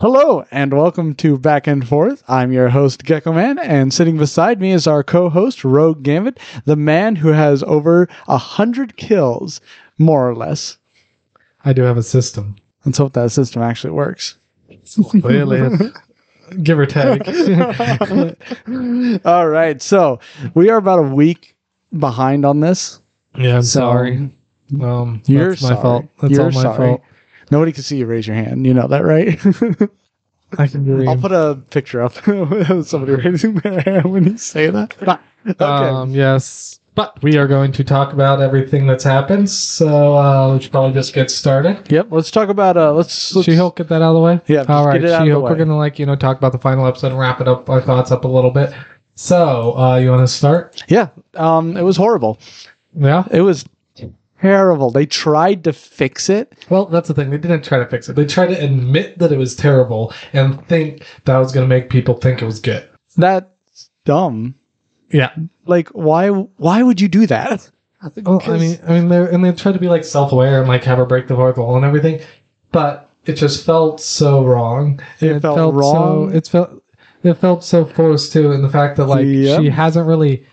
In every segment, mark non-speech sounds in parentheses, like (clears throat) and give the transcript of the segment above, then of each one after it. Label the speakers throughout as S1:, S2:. S1: Hello and welcome to Back and Forth. I'm your host Gecko Man, and sitting beside me is our co-host Rogue Gambit, the man who has over a hundred kills, more or less.
S2: I do have a system.
S1: Let's hope that system actually works.
S2: (laughs) Clearly, (laughs) give
S1: (laughs)
S2: or take.
S1: All right, so we are about a week behind on this.
S2: yeah, I'm
S1: So-
S2: sorry. Um,
S1: You're
S2: that's my
S1: sorry.
S2: fault. That's
S1: You're
S2: all my
S1: sorry.
S2: fault.
S1: Nobody can see you raise your hand. You know that, right?
S2: I can
S1: (laughs)
S2: dream.
S1: I'll put a picture up (laughs) of somebody raising their hand when you say that. Okay.
S2: Um, yes, but we are going to talk about everything that's happened. So uh, we should probably just get started.
S1: yep. Let's talk about uh. Let's, let's
S2: She Hulk, get that out of the way.
S1: Yeah, just
S2: all
S1: get it
S2: right.
S1: out of the
S2: She Hulk, we're
S1: way.
S2: gonna like you know talk about the final episode and wrap it up our thoughts up a little bit. So uh, you want to start?
S1: Yeah. Um. It was horrible.
S2: Yeah.
S1: It was terrible. They tried to fix it.
S2: Well, that's the thing. They didn't try to fix it. They tried to admit that it was terrible and think that was going to make people think it was good.
S1: That's dumb.
S2: Yeah.
S1: Like, why? Why would you do that?
S2: Well, Oh, I mean, I mean, they're, and they tried to be like self-aware and like have her break the fourth wall and everything, but it just felt so wrong.
S1: It felt wrong.
S2: So, it felt it felt so forced too, and the fact that like
S1: Yep.
S2: she hasn't really.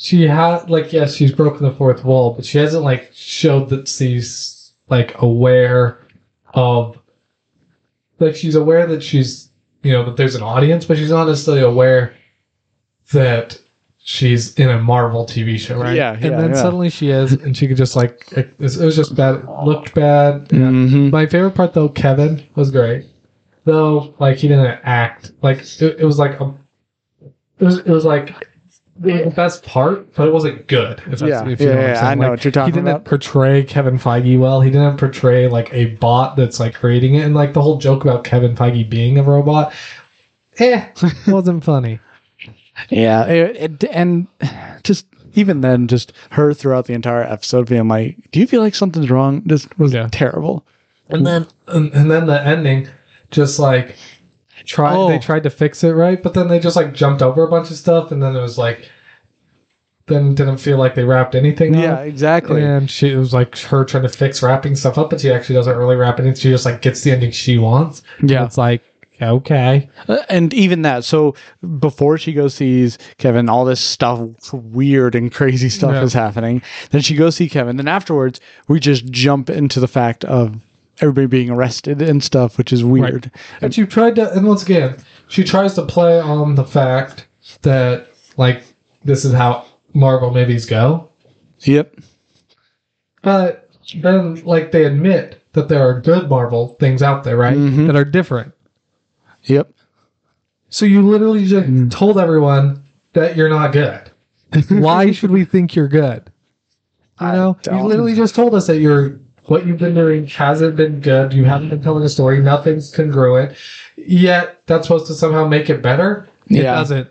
S2: She had like yes, she's broken the fourth wall, but she hasn't like showed that she's like aware of. Like she's aware that she's you know that there's an audience, but she's not necessarily aware that she's in a Marvel TV show, right?
S1: Yeah,
S2: And
S1: yeah,
S2: then
S1: yeah.
S2: suddenly she is, and she could just like it it was just bad. It looked bad.
S1: Mhm.
S2: My favorite part though, Kevin was great. Though, like he didn't act. Like it, it was like a, it was it was like it was the best part, but it wasn't good. If that's,
S1: Yeah,
S2: if you know
S1: yeah,
S2: what
S1: yeah,
S2: I'm saying.
S1: I know
S2: Like,
S1: what you're talking
S2: He didn't
S1: about.
S2: portray Kevin Feige well. He didn't portray like a bot that's like creating it, and like the whole joke about Kevin Feige being a robot. Eh, (laughs) wasn't funny.
S1: Yeah, it, it, and just even then, just her throughout the entire episode being like, "Do you feel like something's wrong?" This was
S2: Yeah.
S1: terrible.
S2: and then and, and then the ending just like tried
S1: Oh.
S2: they tried to fix it right but then they just like jumped over a bunch of stuff and then it was like then it didn't feel like they wrapped anything
S1: Yeah,
S2: up.
S1: exactly.
S2: and she it was like her trying to fix wrapping stuff up but she actually doesn't really wrap it in she just like gets the ending she wants
S1: Yeah.
S2: it's like okay
S1: Uh, and even that so before she goes sees kevin all this stuff weird and crazy stuff
S2: Yeah.
S1: is happening then she goes see kevin then afterwards we just jump into the fact of everybody being arrested and stuff which is weird
S2: And she tried to, and once again, she tries to play on the fact that, like, this is how Marvel movies go.
S1: yep
S2: But then, like, they admit that there are good Marvel things out there, right?
S1: Mhm.
S2: That are different.
S1: yep
S2: So you literally just
S1: Mm.
S2: told everyone that you're
S1: (laughs)
S2: not good. Why should we think you're good? You
S1: I
S2: know, you
S1: don't-
S2: literally just told us that you're what you've been doing hasn't been good. You haven't been telling a story. Nothing's congruent. Yet that's supposed to somehow make it better. It
S1: Yeah.
S2: doesn't.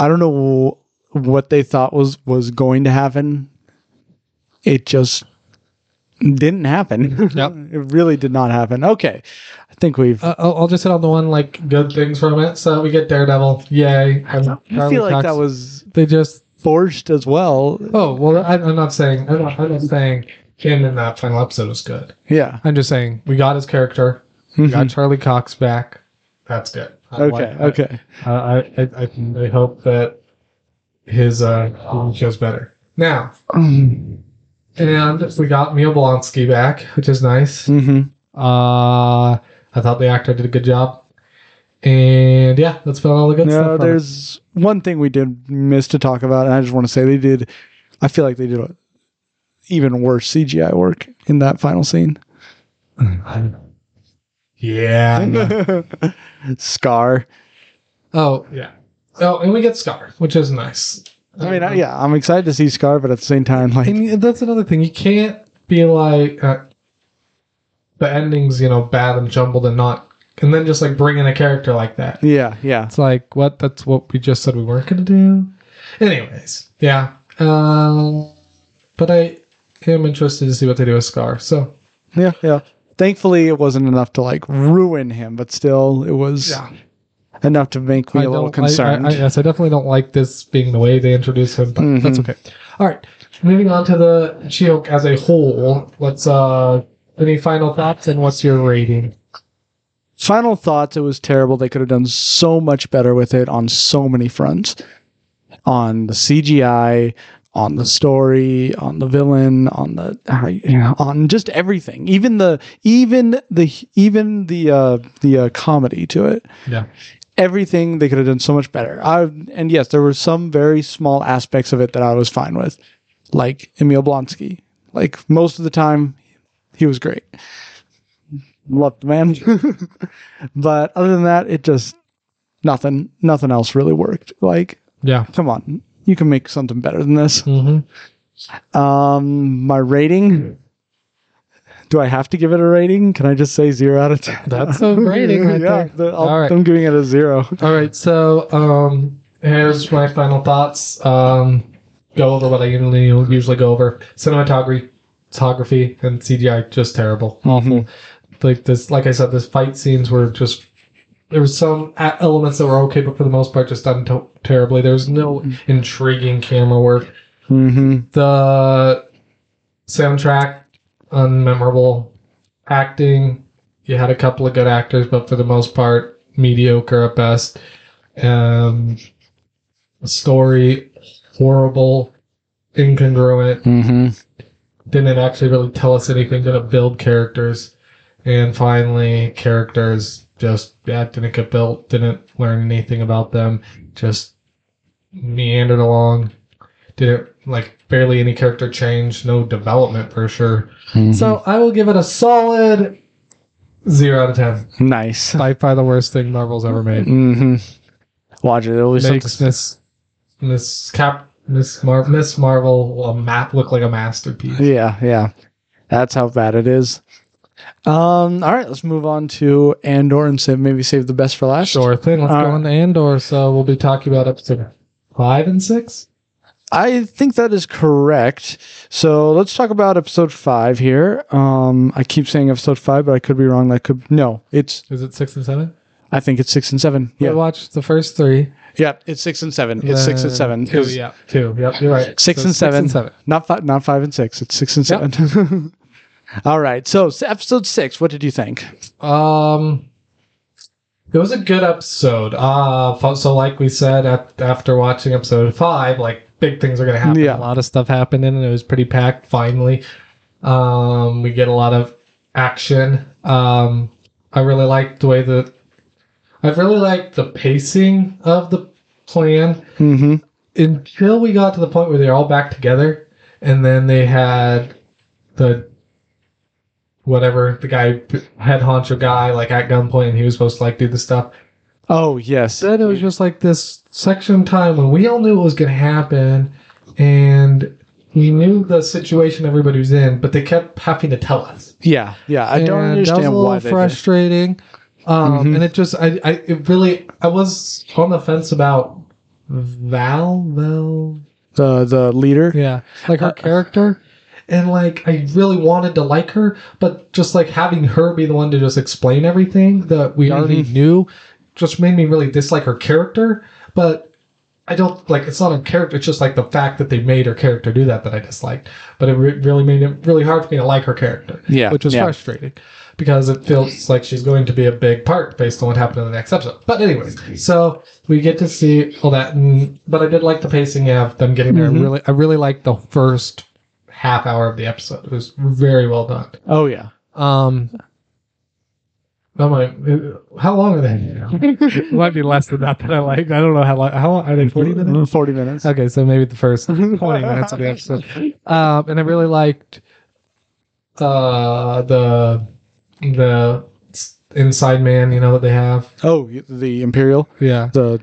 S1: i don't know what they thought was was going to happen it just didn't happen
S2: (laughs) Yep.
S1: it really did not happen okay i think we've
S2: Uh, I'll, I'll just hit on the one like good things from it. So we get Daredevil. Yay! i
S1: i feel like that was
S2: they just.
S1: forged as well
S2: Oh well, I, I'm not saying I'm not, I'm not saying him in that final episode was good.
S1: yeah Mm-hmm.
S2: I'm just saying we got his character. We got Charlie Cox back. Mhm. That's good. I like
S1: okay
S2: that.
S1: okay
S2: Uh, I, I I I hope that his uh he shows better
S1: (clears throat)
S2: now. And we got Mia Blonsky back, which is nice.
S1: hmm
S2: Uh, I thought the actor did a good job. And yeah, that's about all the good
S1: No,
S2: stuff. from it.
S1: there's one thing we did miss to talk about, and I just want to say they did. I feel like they did a, even worse CGI work in that final scene.
S2: Yeah. I know.
S1: (laughs) Scar.
S2: oh yeah. Oh, and we get Scar, which is nice.
S1: I mean, I, yeah, I'm excited to see Scar, but at the same time, like,
S2: And that's another thing. You can't be like uh, the ending's you know bad and jumbled and not, and then just like bring in a character like that.
S1: yeah, yeah,
S2: It's like what? That's what we just said we weren't gonna do. Anyways, yeah. Um, but I am interested to see what they do with Scar. So
S1: yeah, yeah. Thankfully, it wasn't enough to like ruin him, but still, it was enough to make me a little
S2: don't- I-
S1: concerned.
S2: I, I, yes, I definitely don't like this being the way they introduce him, but
S1: Mhm.
S2: that's okay. All right, moving on to the She-Hulk as a whole. Let's uh, any final thoughts and what's your rating?
S1: final thoughts it was terrible they could have done so much better with it on so many fronts on the cgi on the story on the villain on the how you- you know, on just everything even the even the even the uh the uh, comedy to it
S2: Yeah.
S1: everything they could have done so much better I, and yes there were some very small aspects of it that i was fine with like emil blonsky like most of the time he was great loved the man (laughs) but other than that it just nothing nothing else really worked like
S2: Yeah.
S1: come on you can make something better than this
S2: hmm
S1: um my rating do i have to give it a rating can i just say zero out of ten
S2: That's
S1: (laughs)
S2: a rating right
S1: yeah,
S2: there.
S1: the- I'll-
S2: All right.
S1: i'm giving it a zero
S2: All right. So um, here's my final thoughts. Um, go over what I usually usually go over. Cinematography, photography, and CGI just terrible.
S1: awful
S2: Like this, like I said, this fight scenes were just. There were some a- elements that were okay, but for the most part, just done to- terribly. There was no intriguing camera work.
S1: hmm
S2: the soundtrack unmemorable acting you had a couple of good actors but for the most part mediocre at best um story horrible incongruent
S1: hmm
S2: didn't actually really tell us anything didn't build characters and finally characters just yeah didn't get built didn't learn anything about them just meandered along didn't like barely any character change no development for sure
S1: Mm-hmm.
S2: so i will give it a solid zero out of ten
S1: nice.
S2: (laughs) by far the worst thing marvel's
S1: (laughs)
S2: ever made
S1: hmm Watch it. It'll be
S2: makes
S1: something.
S2: miss miss cap miss, Mar- miss marvel a map look like a masterpiece
S1: Yeah, yeah. That's how bad it is. Um. All right, let's move on to Andor and save, maybe save the best for last.
S2: Sure thing. Let's
S1: All
S2: go
S1: right.
S2: on to Andor. So we'll be talking about episode five and six.
S1: I think that is correct. So let's talk about episode five here. Um, I keep saying episode five, but I could be wrong. That could no. It's
S2: Is it six and seven?
S1: I think it's six and seven.
S2: We
S1: Yeah,
S2: watched the first three.
S1: yeah. It's six and seven. It's six and
S2: then
S1: seven.
S2: Two, yeah, two. Yep, you're right.
S1: Six and seven. Not five. Not five and six. It's six and
S2: Yep.
S1: seven. (laughs) all right. So s- episode six. What did you think?
S2: Um, it was a good episode. Uh, fo- so like we said at, after watching episode five, like big things are gonna happen.
S1: Yeah.
S2: A lot of stuff happened, and it was pretty packed. Finally, um, we get a lot of action. Um, I really liked the way that I really liked the pacing of the plan
S1: Mm-hmm.
S2: until we got to the point where they're all back together, and then they had the whatever the guy head honcho guy like at gunpoint, and he was supposed to like do the stuff.
S1: Oh yes.
S2: Then it was just like this section of time when we all knew what was going to happen, and we knew the situation everybody was in, but they kept having to tell us.
S1: Yeah, yeah. I don't
S2: And
S1: understand
S2: that was
S1: why
S2: a little
S1: they did.
S2: frustrating. Um,
S1: Mhm.
S2: And it just, I, I, it really, I was on the fence about Val, Val,
S1: the the leader.
S2: yeah, like her
S1: Uh,
S2: character, and like I really wanted to like her, but just like having her be the one to just explain everything that we already knew, just made me really dislike her character. But I don't like it's not her character; it's just like the fact that they made her character do that that I disliked. But it re- really made it really hard for me to like her character,
S1: Yeah,
S2: which was
S1: yeah.
S2: frustrating because it feels like she's going to be a big part based on what happened in the next episode. But anyways, so we get to see all that, and, but I did like the pacing of them getting there.
S1: Mhm.
S2: Really, I really liked the first half hour of the episode. It was very well done.
S1: Oh yeah.
S2: Um, I'm like, how long are (laughs) they? Might be less than that that I like. I don't know how long. How long are they? Forty minutes.
S1: Mm-hmm. Forty minutes.
S2: Okay, so maybe the first 20 minutes of the episode. Um, and I really liked uh, the the s- inside man, you know, that they have.
S1: Oh, y- the imperial,
S2: Yeah.
S1: the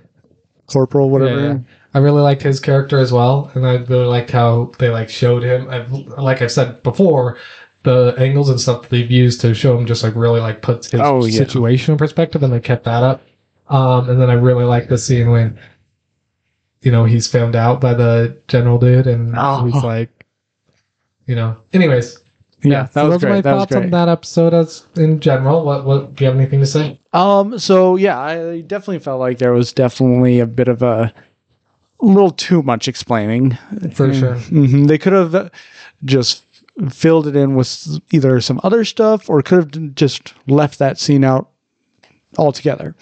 S1: corporal, whatever.
S2: Yeah, yeah. I really liked his character as well, and I really liked how they like showed him. I've, like I've said before, the angles and stuff that they've used to show him just like really like puts his
S1: Oh, yeah.
S2: situation in perspective, and they kept that up. Um, and then I really liked the scene when you know he's found out by the general dude, and
S1: Oh.
S2: he's like, you know. Anyways,
S1: Yeah, that
S2: so
S1: was
S2: those are
S1: great,
S2: my
S1: that was
S2: thoughts on
S1: great.
S2: that episode as in general. What what do you have anything to say?
S1: Um. So yeah, I definitely felt like there was definitely a bit of a, a little too much explaining.
S2: For
S3: Mm.
S2: sure.
S1: hmm They could have just filled it in with either some other stuff, or could have just left that scene out altogether.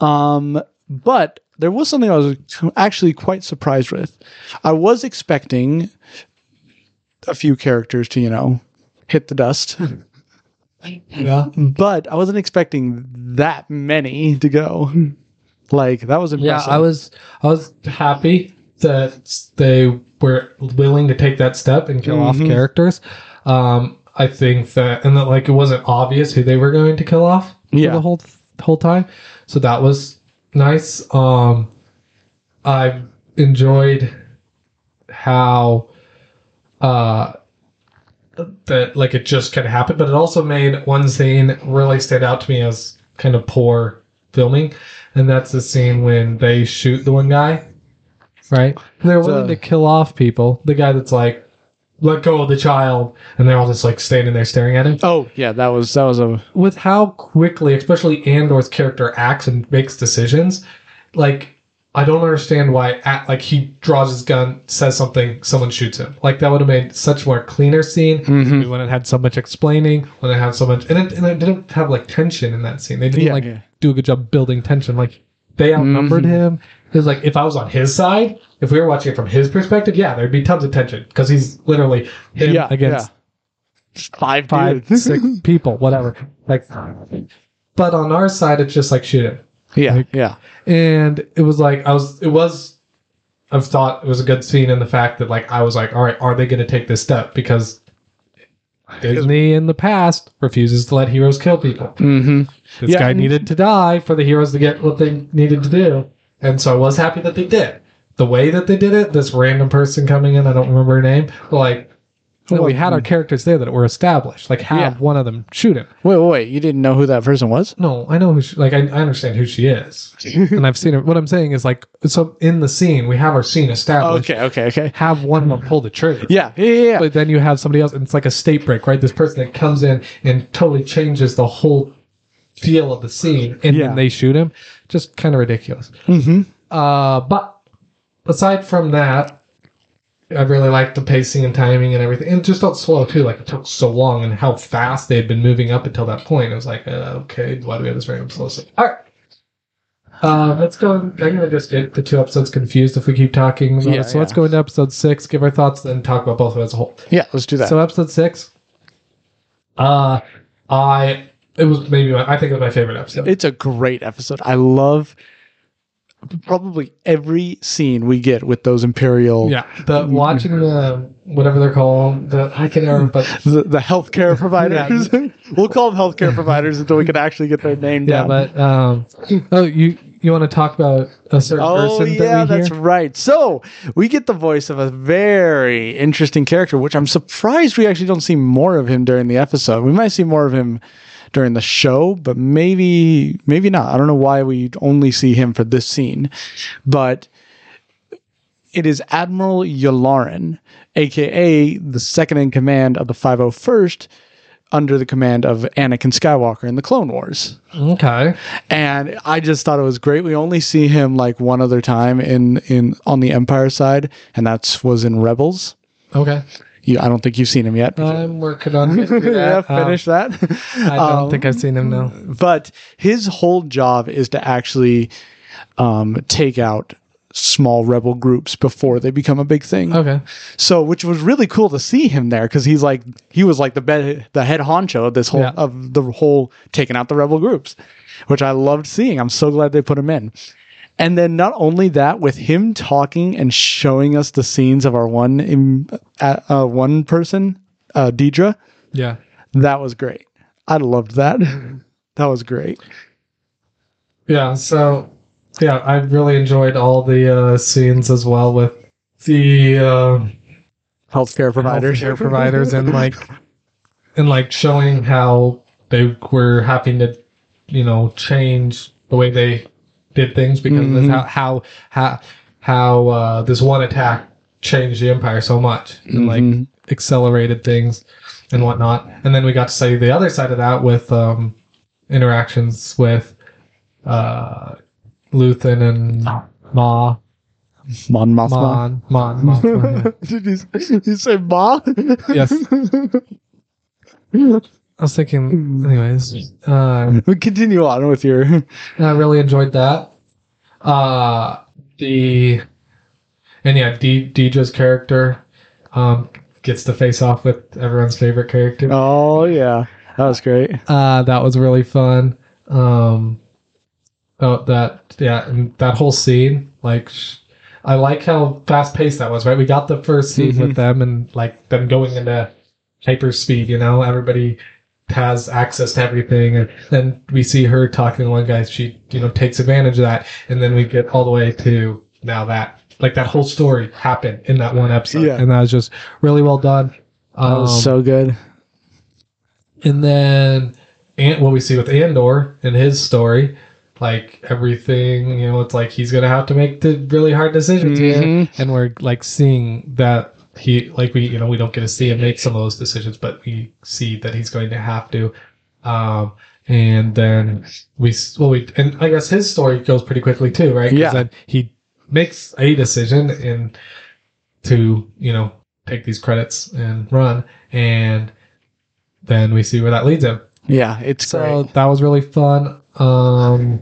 S1: Um, but there was something I was actually quite surprised with. I was expecting a few characters to, you know, hit the dust,
S3: (laughs)
S2: Yeah.
S1: but I wasn't expecting that many to go. Like that was
S3: Yeah,
S1: impressive.
S3: I was.
S2: I was happy that they were willing to take that step and kill off
S1: Mhm.
S2: characters. Um, I think that, and that like it wasn't obvious who they were going to kill off for the
S1: yeah.
S2: whole the whole time. So that was nice. Um, I enjoyed how uh, that like it just kind of happened, but it also made one scene really stand out to me as kind of poor filming, and that's the scene when they shoot the one guy. Right, they're willing
S1: The-
S2: to kill off people. The guy that's like, "Let go of the child," and they're all just like standing there staring at him
S1: Oh yeah, that was that was a
S2: with how quickly, especially Andor's character acts and makes decisions, like I don't understand why. At, like he draws his gun, says something, someone shoots him. Like that would have made such more cleaner scene.
S1: Mhm.
S2: When it had so much explaining, when it had so much, and it, and it didn't have like tension in that scene. They didn't
S1: yeah,
S2: like
S1: yeah.
S2: do a good job building tension. Like they outnumbered
S1: Mhm.
S2: him. It was like if I was on his side, if we were watching it from his perspective, yeah, there'd be tons of tension because he's literally him
S1: Yeah,
S2: against
S1: five
S2: five, (laughs)
S1: (laughs) dudes.
S2: six people, whatever. Like, but on our side, it's just like shoot it,
S1: yeah,
S2: like-
S1: (laughs) yeah,
S2: and it was like I was, it was, I've thought it was a good scene in the fact that like I was like, all right, are they going to take this step because Disney in the past refuses to let heroes kill people.
S1: hmm
S2: This
S1: Yeah,
S2: guy
S1: and-
S2: needed to die for the heroes to get what they needed to do, and so I was happy that they did. The way that they did it, this random person coming in, I don't remember her name, but like. Mm. no, we had our characters there that were established. Like, have
S1: Yeah.
S2: one of them shoot him.
S1: Wait, wait, wait, you didn't know who that person (laughs) was?
S2: No, I know who she, like I, I understand who she is, and I've seen her. What I'm saying is like so in the scene we have our scene established.
S1: okay, okay, okay.
S2: Have one of them pull the trigger.
S1: Yeah, yeah, yeah. yeah.
S2: But then you have somebody else, and it's like a state break, right? This person that comes in and totally changes the whole feel of the scene, and
S1: Yeah.
S2: then they shoot him. Just kind of ridiculous.
S1: hmm
S2: Uh, but aside from that, I really liked the pacing and timing and everything. And it just felt slow too. Like it took so long and how fast they had been moving up until that point. It was like, uh, okay, why do we have this random slow scene? All right. Uh, let's go. I'm gonna just get the two episodes confused if we keep talking. About
S1: Yeah,
S2: it. So let's
S1: yeah.
S2: go into episode six, give our thoughts, then talk about both of it as a whole.
S1: Yeah, let's do that.
S2: So episode six. Uh, I it was maybe my, I think it was my favorite episode.
S1: it's a great episode. I love probably every scene we get with those Imperial,
S2: Yeah, the watching the whatever they're called, the I can remember, but
S1: the, the (laughs) healthcare providers. we'll call them healthcare providers until we can actually get their name
S2: yeah,
S1: down.
S2: but um, oh, you you want to talk about a certain
S1: Oh
S2: person
S1: yeah,
S2: that we
S1: that's
S2: hear?
S1: right. So we get the voice of a very interesting character, which I'm surprised we actually don't see more of him during the episode. We might see more of him during the show, but maybe maybe not. I don't know why we only see him for this scene, but it is Admiral Yularen, aka the second in command of the 501st, under the command of Anakin Skywalker in the Clone Wars
S2: Okay,
S1: and I just thought it was great. We only see him like one other time in in on the Empire side, and that's was in Rebels.
S2: okay,
S1: You, I don't think you've seen him yet.
S2: I'm working
S1: (laughs)
S2: on it.
S1: yeah,
S2: Uh, Yeah, um,
S1: finish that. (laughs)
S2: I don't
S1: Um,
S2: think I've seen him now.
S1: But his whole job is to actually um, take out small rebel groups before they become a big thing.
S2: Okay,
S1: So, which was really cool to see him there because he's like he was like the be- the head honcho of this whole
S2: Yeah.
S1: of the whole taking out the rebel groups, which I loved seeing. I'm so glad they put him in. And then not only that, with him talking and showing us the scenes of our one im- uh, uh, one person, uh, Deidre,
S2: yeah,
S1: that was great. I loved (laughs) that. that was great.
S2: yeah. So yeah, I really enjoyed all the uh, scenes as well with the. Uh,
S1: Healthcare (laughs) providers,
S2: healthcare providers and like (laughs) and like showing how they were having to you know change the way they did things because of
S1: Mhm.
S2: how how how, how uh, this one attack changed the empire so much and like
S1: Mhm.
S2: accelerated things and whatnot and then we got to see the other side of that with um, interactions with uh, Luthen and Ma
S1: Mon Mothma.
S2: Mon
S1: (laughs)
S2: Mon, (laughs) Mon.
S1: Did you, did you say Ma?
S2: Yes. I was thinking, anyways, uh,
S1: We (laughs) continue on with your.
S2: I really enjoyed that. Uh, the and yeah, D, Deidre's character um, gets to face off with everyone's favorite character.
S1: Oh yeah, that was great.
S2: Uh, that was really fun. Um, oh, that yeah, and that whole scene, like, sh- I like how fast paced that was. Right, we got the first scene
S1: Mm-hmm.
S2: with them, and like them going into hyper speed. You know, everybody has access to everything, and then we see her talking to one guy. She you know takes advantage of that, and then we get all the way to now that like that whole story happened in that one episode,
S1: Yeah.
S2: and that was just really well done.
S1: That
S2: Um,
S1: was so good.
S2: And then and what we see with Andor in his story, like everything, you know, it's like he's gonna have to make the really hard decisions here.
S1: Mhm.
S2: And we're like seeing that he like we you know, we don't get to see him make some of those decisions, but we see that he's going to have to. Um and then we s- well we and I guess his story goes pretty quickly too, right? 'Cause
S1: Yeah.
S2: Then he makes a decision and to you know take these credits and run, and then we see where that leads him.
S1: Yeah, it's
S2: So
S1: great.
S2: that was really fun. Um,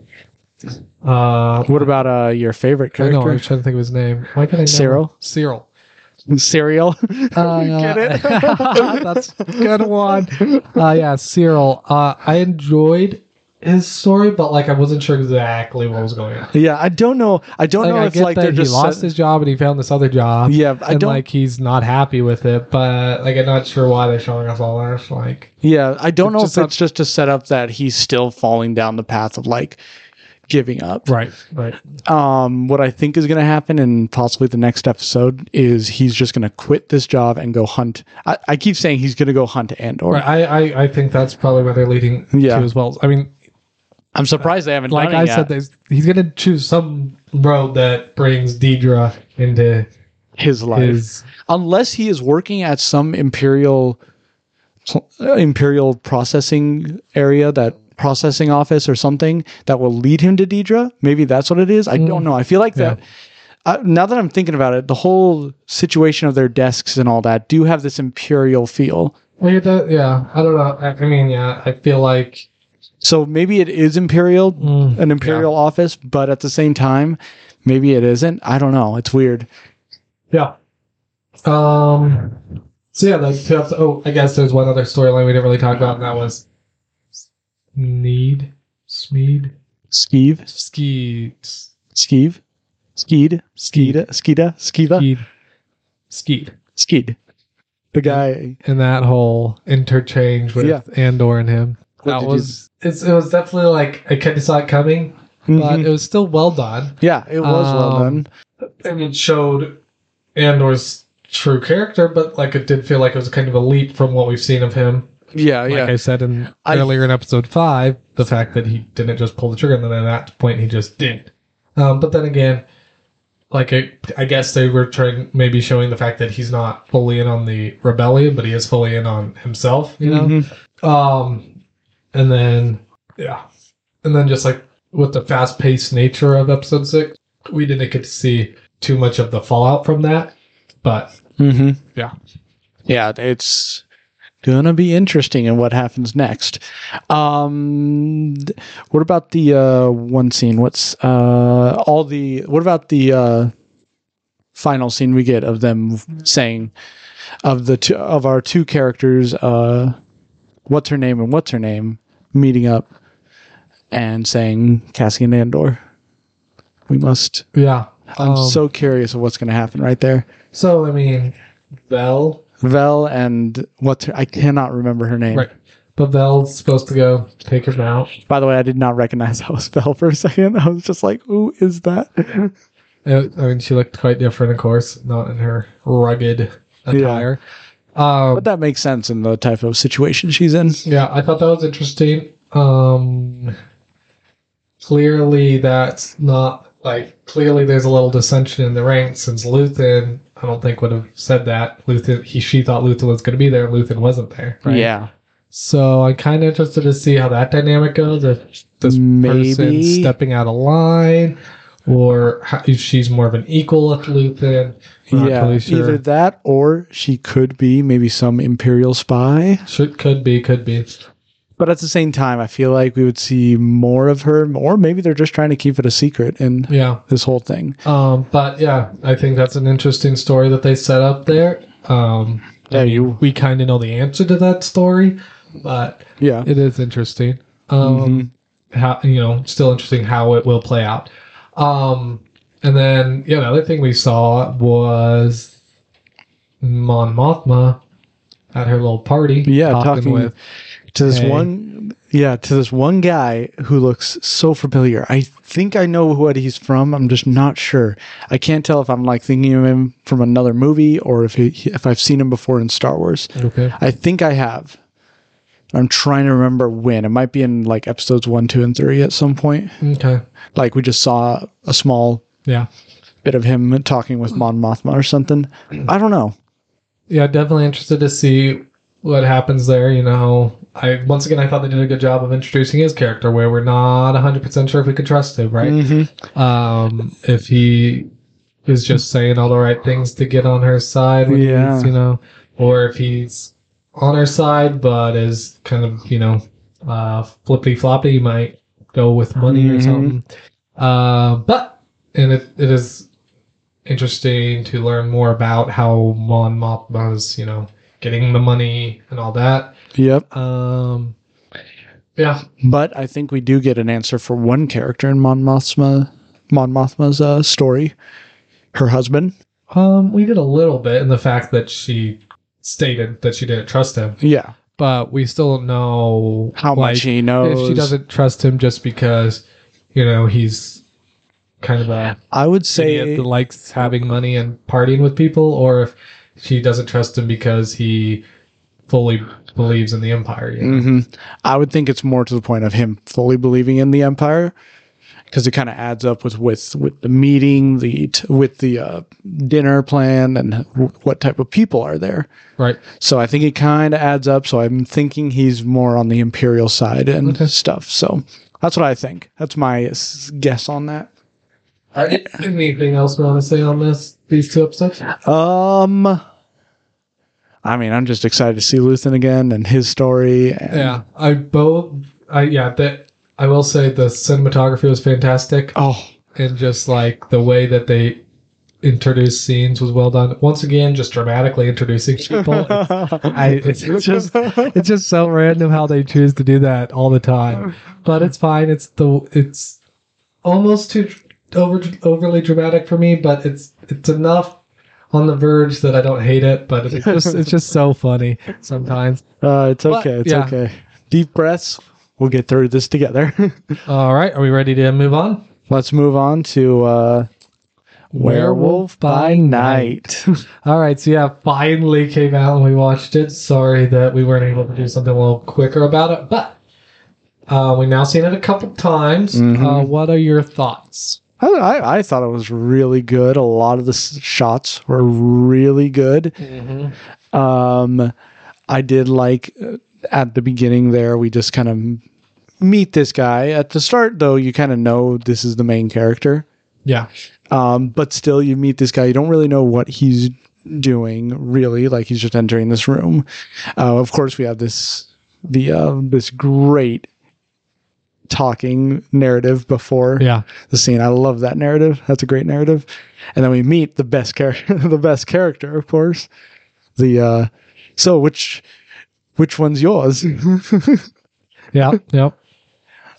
S2: uh,
S1: What about uh your favorite
S2: I know, I
S1: character?
S2: was trying to think of his name. Why can I not
S1: Cyril?
S2: Cyril.
S1: (laughs) Serial.
S2: Uh,
S1: Get it?
S2: (laughs) that's a good one. Uh, yeah, Cyril. Uh, I enjoyed his story, but like I wasn't sure exactly what was going on.
S1: (laughs) Yeah, I don't know. I don't
S2: Like,
S1: know
S2: I
S1: if
S2: get
S1: Oh, like they're
S2: that he
S1: just
S2: lost
S1: set-
S2: his job and he found this other job.
S1: Yeah, I
S2: and
S1: don't.
S2: like he's not happy with it, but like I'm not sure why they're showing us all that. Like,
S1: yeah, I don't know
S2: just
S1: if
S2: not-
S1: it's just to set up that he's still falling down the path of like giving up.
S2: right, right.
S1: Um, what I think is going to happen, and possibly the next episode, is he's just going to quit this job and go hunt. I, I keep saying he's going to go hunt Andor.
S2: Right. I, I, I think that's probably where they're leading
S1: Yeah.
S2: to as well. I mean,
S1: I'm surprised they haven't.
S2: like
S1: done it
S2: I
S1: yet.
S2: said, there's, he's going to choose some road that brings Deidre into
S1: his life,
S2: his.
S1: unless he is working at some imperial pl- uh, imperial processing area that processing office or something that will lead him to Deidre. Maybe that's what it is. I don't know. I feel like
S2: Mm. Yeah.
S1: that. Uh, now that I'm thinking about it, the whole situation of their desks and all that do have this imperial feel.
S2: Well, you don't- yeah, I don't know. I, I mean, yeah, I feel like.
S1: So maybe it is imperial,
S2: Mm,
S1: an imperial office, but at the same time, maybe it isn't. I don't know. It's weird.
S2: Yeah. Um. So yeah, those two episodes. Oh, I guess there's one other storyline we didn't really talk about, and that was Need Smeed
S1: Skeeve,
S2: Ski
S1: skeeve, skeed, skeeda, skeeda, skeeva,
S2: Skeed Skeed.
S1: skeed. The guy.
S2: and that whole interchange with
S1: Yeah.
S2: Andor and him.
S1: What did
S2: that
S1: you-
S2: was it's, it was definitely like I kind of saw it coming, but
S1: Mhm.
S2: it was still well done.
S1: yeah, it was well
S2: Um,
S1: done.
S2: And it showed Andor's true character, but like it did feel like it was kind of a leap from what we've seen of him.
S1: Yeah,
S2: Like
S1: Oh, yeah.
S2: I said in
S1: I-
S2: earlier in episode five, the fact that he didn't just pull the trigger, and then at that point he just did. Um, but then again, like I, I guess they were trying maybe showing the fact that he's not fully in on the rebellion, but he is fully in on himself. You know.
S1: Mhm.
S2: Um, and then yeah, and then just like with the fast-paced nature of episode six, we didn't get to see too much of the fallout from that. But
S1: Mhm.
S2: Yeah.
S1: Yeah, it's gonna be interesting in what happens next. Um th- what about the uh one scene? What's uh all the what about the uh final scene we get of them saying of the two of our two characters uh what's her name and what's her name meeting up and saying Cassian Andor. We must
S2: yeah,
S1: I'm
S2: um,
S1: so curious of what's going to happen right there.
S2: so I mean, Vel,
S1: Vel and what's her, I cannot remember her name.
S2: right? But Vel's supposed to go take him out.
S1: By the way, I did not recognize (laughs) that was Vel for a second. I was just like, "Who is that?"
S2: Uh, I mean, she looked quite different, of course, not in her rugged attire. Um,
S1: But that makes sense in the type of situation she's in.
S2: Yeah, I thought that was interesting. Um, clearly, that's not like clearly there's a little dissension in the ranks since Luthen. I don't think would have said that. Luthen, he she thought Luthen was going to be there, and Luthen wasn't there.
S1: Yeah,
S2: So I'm kind of interested to see how that dynamic goes. If this person
S1: Maybe.
S2: stepping out of line, or how, if she's more of an equal with Luthen. Not
S1: yeah,
S2: really sure.
S1: either that or she could be maybe some imperial spy.
S2: Should, could be, could be.
S1: But at the same time, I feel like we would see more of her, or maybe they're just trying to keep it a secret in
S2: Yeah.
S1: this whole thing.
S2: Um, but yeah, I think that's an interesting story that they set up there. Um,
S1: Yeah, you.
S2: we kind of know the answer to that story, but
S1: Yeah.
S2: it is interesting. Um,
S1: Mm-hmm.
S2: how you know still interesting how it will play out um and then yeah another thing we saw was mon mothma at her little party
S1: Yeah, talking to this
S2: Hey.
S1: one yeah to this one guy who looks so familiar i think i know what he's from i'm just not sure i can't tell if i'm like thinking of him from another movie or if he if i've seen him before in star wars
S2: okay
S1: i think i have i'm trying to remember when it might be in like episodes one two and three at some point
S2: okay
S1: like we just saw a small
S2: yeah
S1: bit of him talking with mon mothma or something i don't know
S2: yeah definitely interested to see what happens there you know i once again i thought they did a good job of introducing his character where we're not 100% sure if we could trust him right
S1: Mm-hmm.
S2: um if he is just saying all the right things to get on her side when
S1: Yeah.
S2: he's, you know or if he's on her side but is kind of you know uh flippy floppy he might go with money or
S1: Mhm.
S2: something uh but and it, it is interesting to learn more about how mon mothma's you know getting the money and all that
S1: yep
S2: um yeah
S1: But I think we do get an answer for one character in Mon Mothma, Mon Mothma's uh, story. Her husband.
S2: Um, we did a little bit in the fact that she stated that she didn't trust him,
S1: Yeah.
S2: but we still don't know
S1: How much he knows.
S2: if she doesn't trust him just because you know he's kind of a
S1: I would
S2: idiot
S1: say
S2: that likes having money and partying with people, or if she doesn't trust him because he fully believes in the empire. You know?
S1: Mhm. I would think it's more to the point of him fully believing in the empire because it kind of adds up with, with with the meeting, the t- with the uh, dinner plan and w- what type of people are there.
S2: Right?
S1: So I think it kind of adds up. So I'm thinking he's more on the imperial side and
S2: Okay.
S1: stuff. So that's what I think. That's my s- guess on that.
S2: Anything else we want to say on this? These two episodes?
S1: Um, I mean, I'm just excited to see Luthen again and his story. And
S2: Yeah, I both. I yeah. That I will say the cinematography was fantastic.
S1: Oh,
S2: and just like the way that they introduce scenes was well done. Once again, just dramatically
S1: (laughs)
S2: introducing people. It's- (laughs) I, it's just
S1: uh,
S2: it's just so random how they choose to do that all the time, but it's fine. It's the it's almost too over overly dramatic for me, but it's it's enough on the verge that I don't hate it. But
S1: (laughs)
S2: it's just it's just so funny sometimes.
S1: uh, it's
S2: But,
S1: okay. It's
S2: yeah.
S1: okay. Deep breaths. We'll get through this together. (laughs)
S2: All right, are we ready to move on?
S1: Let's move on to uh, Werewolf by Night. (laughs)
S2: All right, so yeah, finally came out and we watched it. Sorry that we weren't able to do something a little quicker about it, but uh, we've now seen it a couple times.
S1: Mhm.
S2: Uh, what are your thoughts?
S1: I, I, I thought it was really good. A lot of the s- shots were really good. Um, I did like uh, at the beginning there, we just kind of meet this guy. At the start, though, you kind of know this is the main character.
S2: Yeah,
S1: Um, but still, you meet this guy. You don't really know what he's doing, really. Like he's just entering this room. Uh, of course, we have this the uh, this great talking narrative before
S2: yeah,
S1: the scene. I love that narrative. That's a great narrative. And then we meet the best character, (laughs) the best character, of course. The uh, so which which one's yours?
S2: Mm-hmm. yeah, yeah.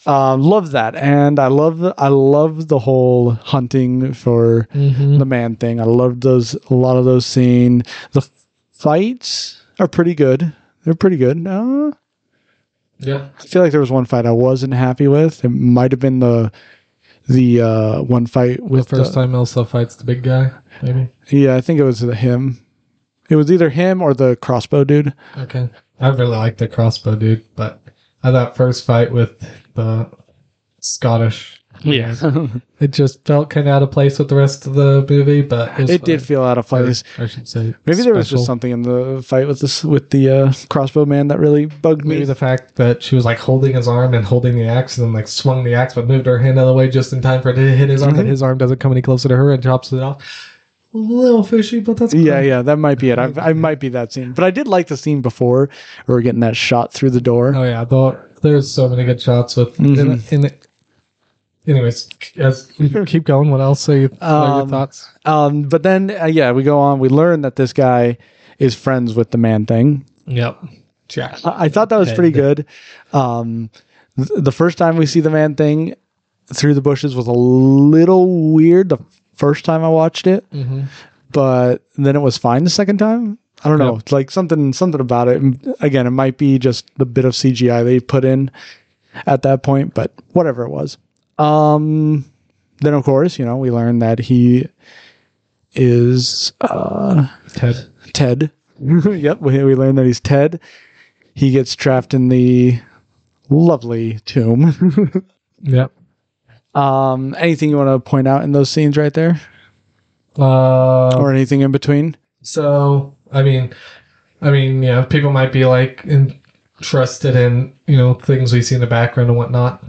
S1: uh, love that, and I love I love the whole hunting for
S2: hmm
S1: the man thing. I loved those a lot of those scene. The f- fights are pretty good. They're pretty good. Uh,
S2: Yeah,
S1: I feel like there was one fight I wasn't happy with. It might have been the the uh, one fight
S2: the
S1: with
S2: first time Elsa fights the big guy, maybe.
S1: Yeah, I think it was him. It was either him or the crossbow dude.
S2: Okay, I really like the crossbow dude, but I thought first fight with the Scottish. (laughs)
S1: Yeah,
S2: It just felt kind of out of place with the rest of the movie, but it, was
S1: it did
S2: fine.
S1: feel out of place.
S2: I should say.
S1: Maybe there was
S2: special.
S1: just something in the fight with this with the uh, crossbow man that really bugged me.
S2: Maybe the fact that she was like holding his arm and holding the axe and then like swung
S1: Mm-hmm.
S2: the axe but moved her hand out of the way just in time for it to hit his arm and his arm doesn't come any closer to her and chops it off. a little fishy, but that's
S1: yeah,
S2: fine.
S1: yeah, that might be it. I, I might be that scene, but I did like the scene before, where we're getting that shot through the door.
S2: Oh yeah, the, there's so many good shots with.
S1: Mhm.
S2: In, in anyways, yes,
S1: (laughs)
S2: keep going. What else? Are you, what are your
S1: Um,
S2: thoughts?
S1: Um, but then, uh, yeah, we go on. We learn that this guy is friends with the man thing.
S2: Yep. Jack.
S1: I, I thought that was
S2: Okay.
S1: pretty good. Um, th- the first time we see the man thing through the bushes was a little weird. The first time I watched it,
S2: Mm-hmm.
S1: but then it was fine the second time. I don't know,
S2: Yep.
S1: It's like something something about it. And Again, it might be just the bit of CGI they put in at that point, but whatever it was. Um, then of course, you know, we learned that he is uh,
S2: Ted.
S1: Ted. (laughs) yep, we, we learned that he's Ted. He gets trapped in the lovely tomb. (laughs)
S2: Yep.
S1: um, anything you want to point out in those scenes right there,
S2: Uh,
S1: or anything in between?
S2: So I mean, I mean, yeah, people might be like interested in you know things we see in the background and whatnot.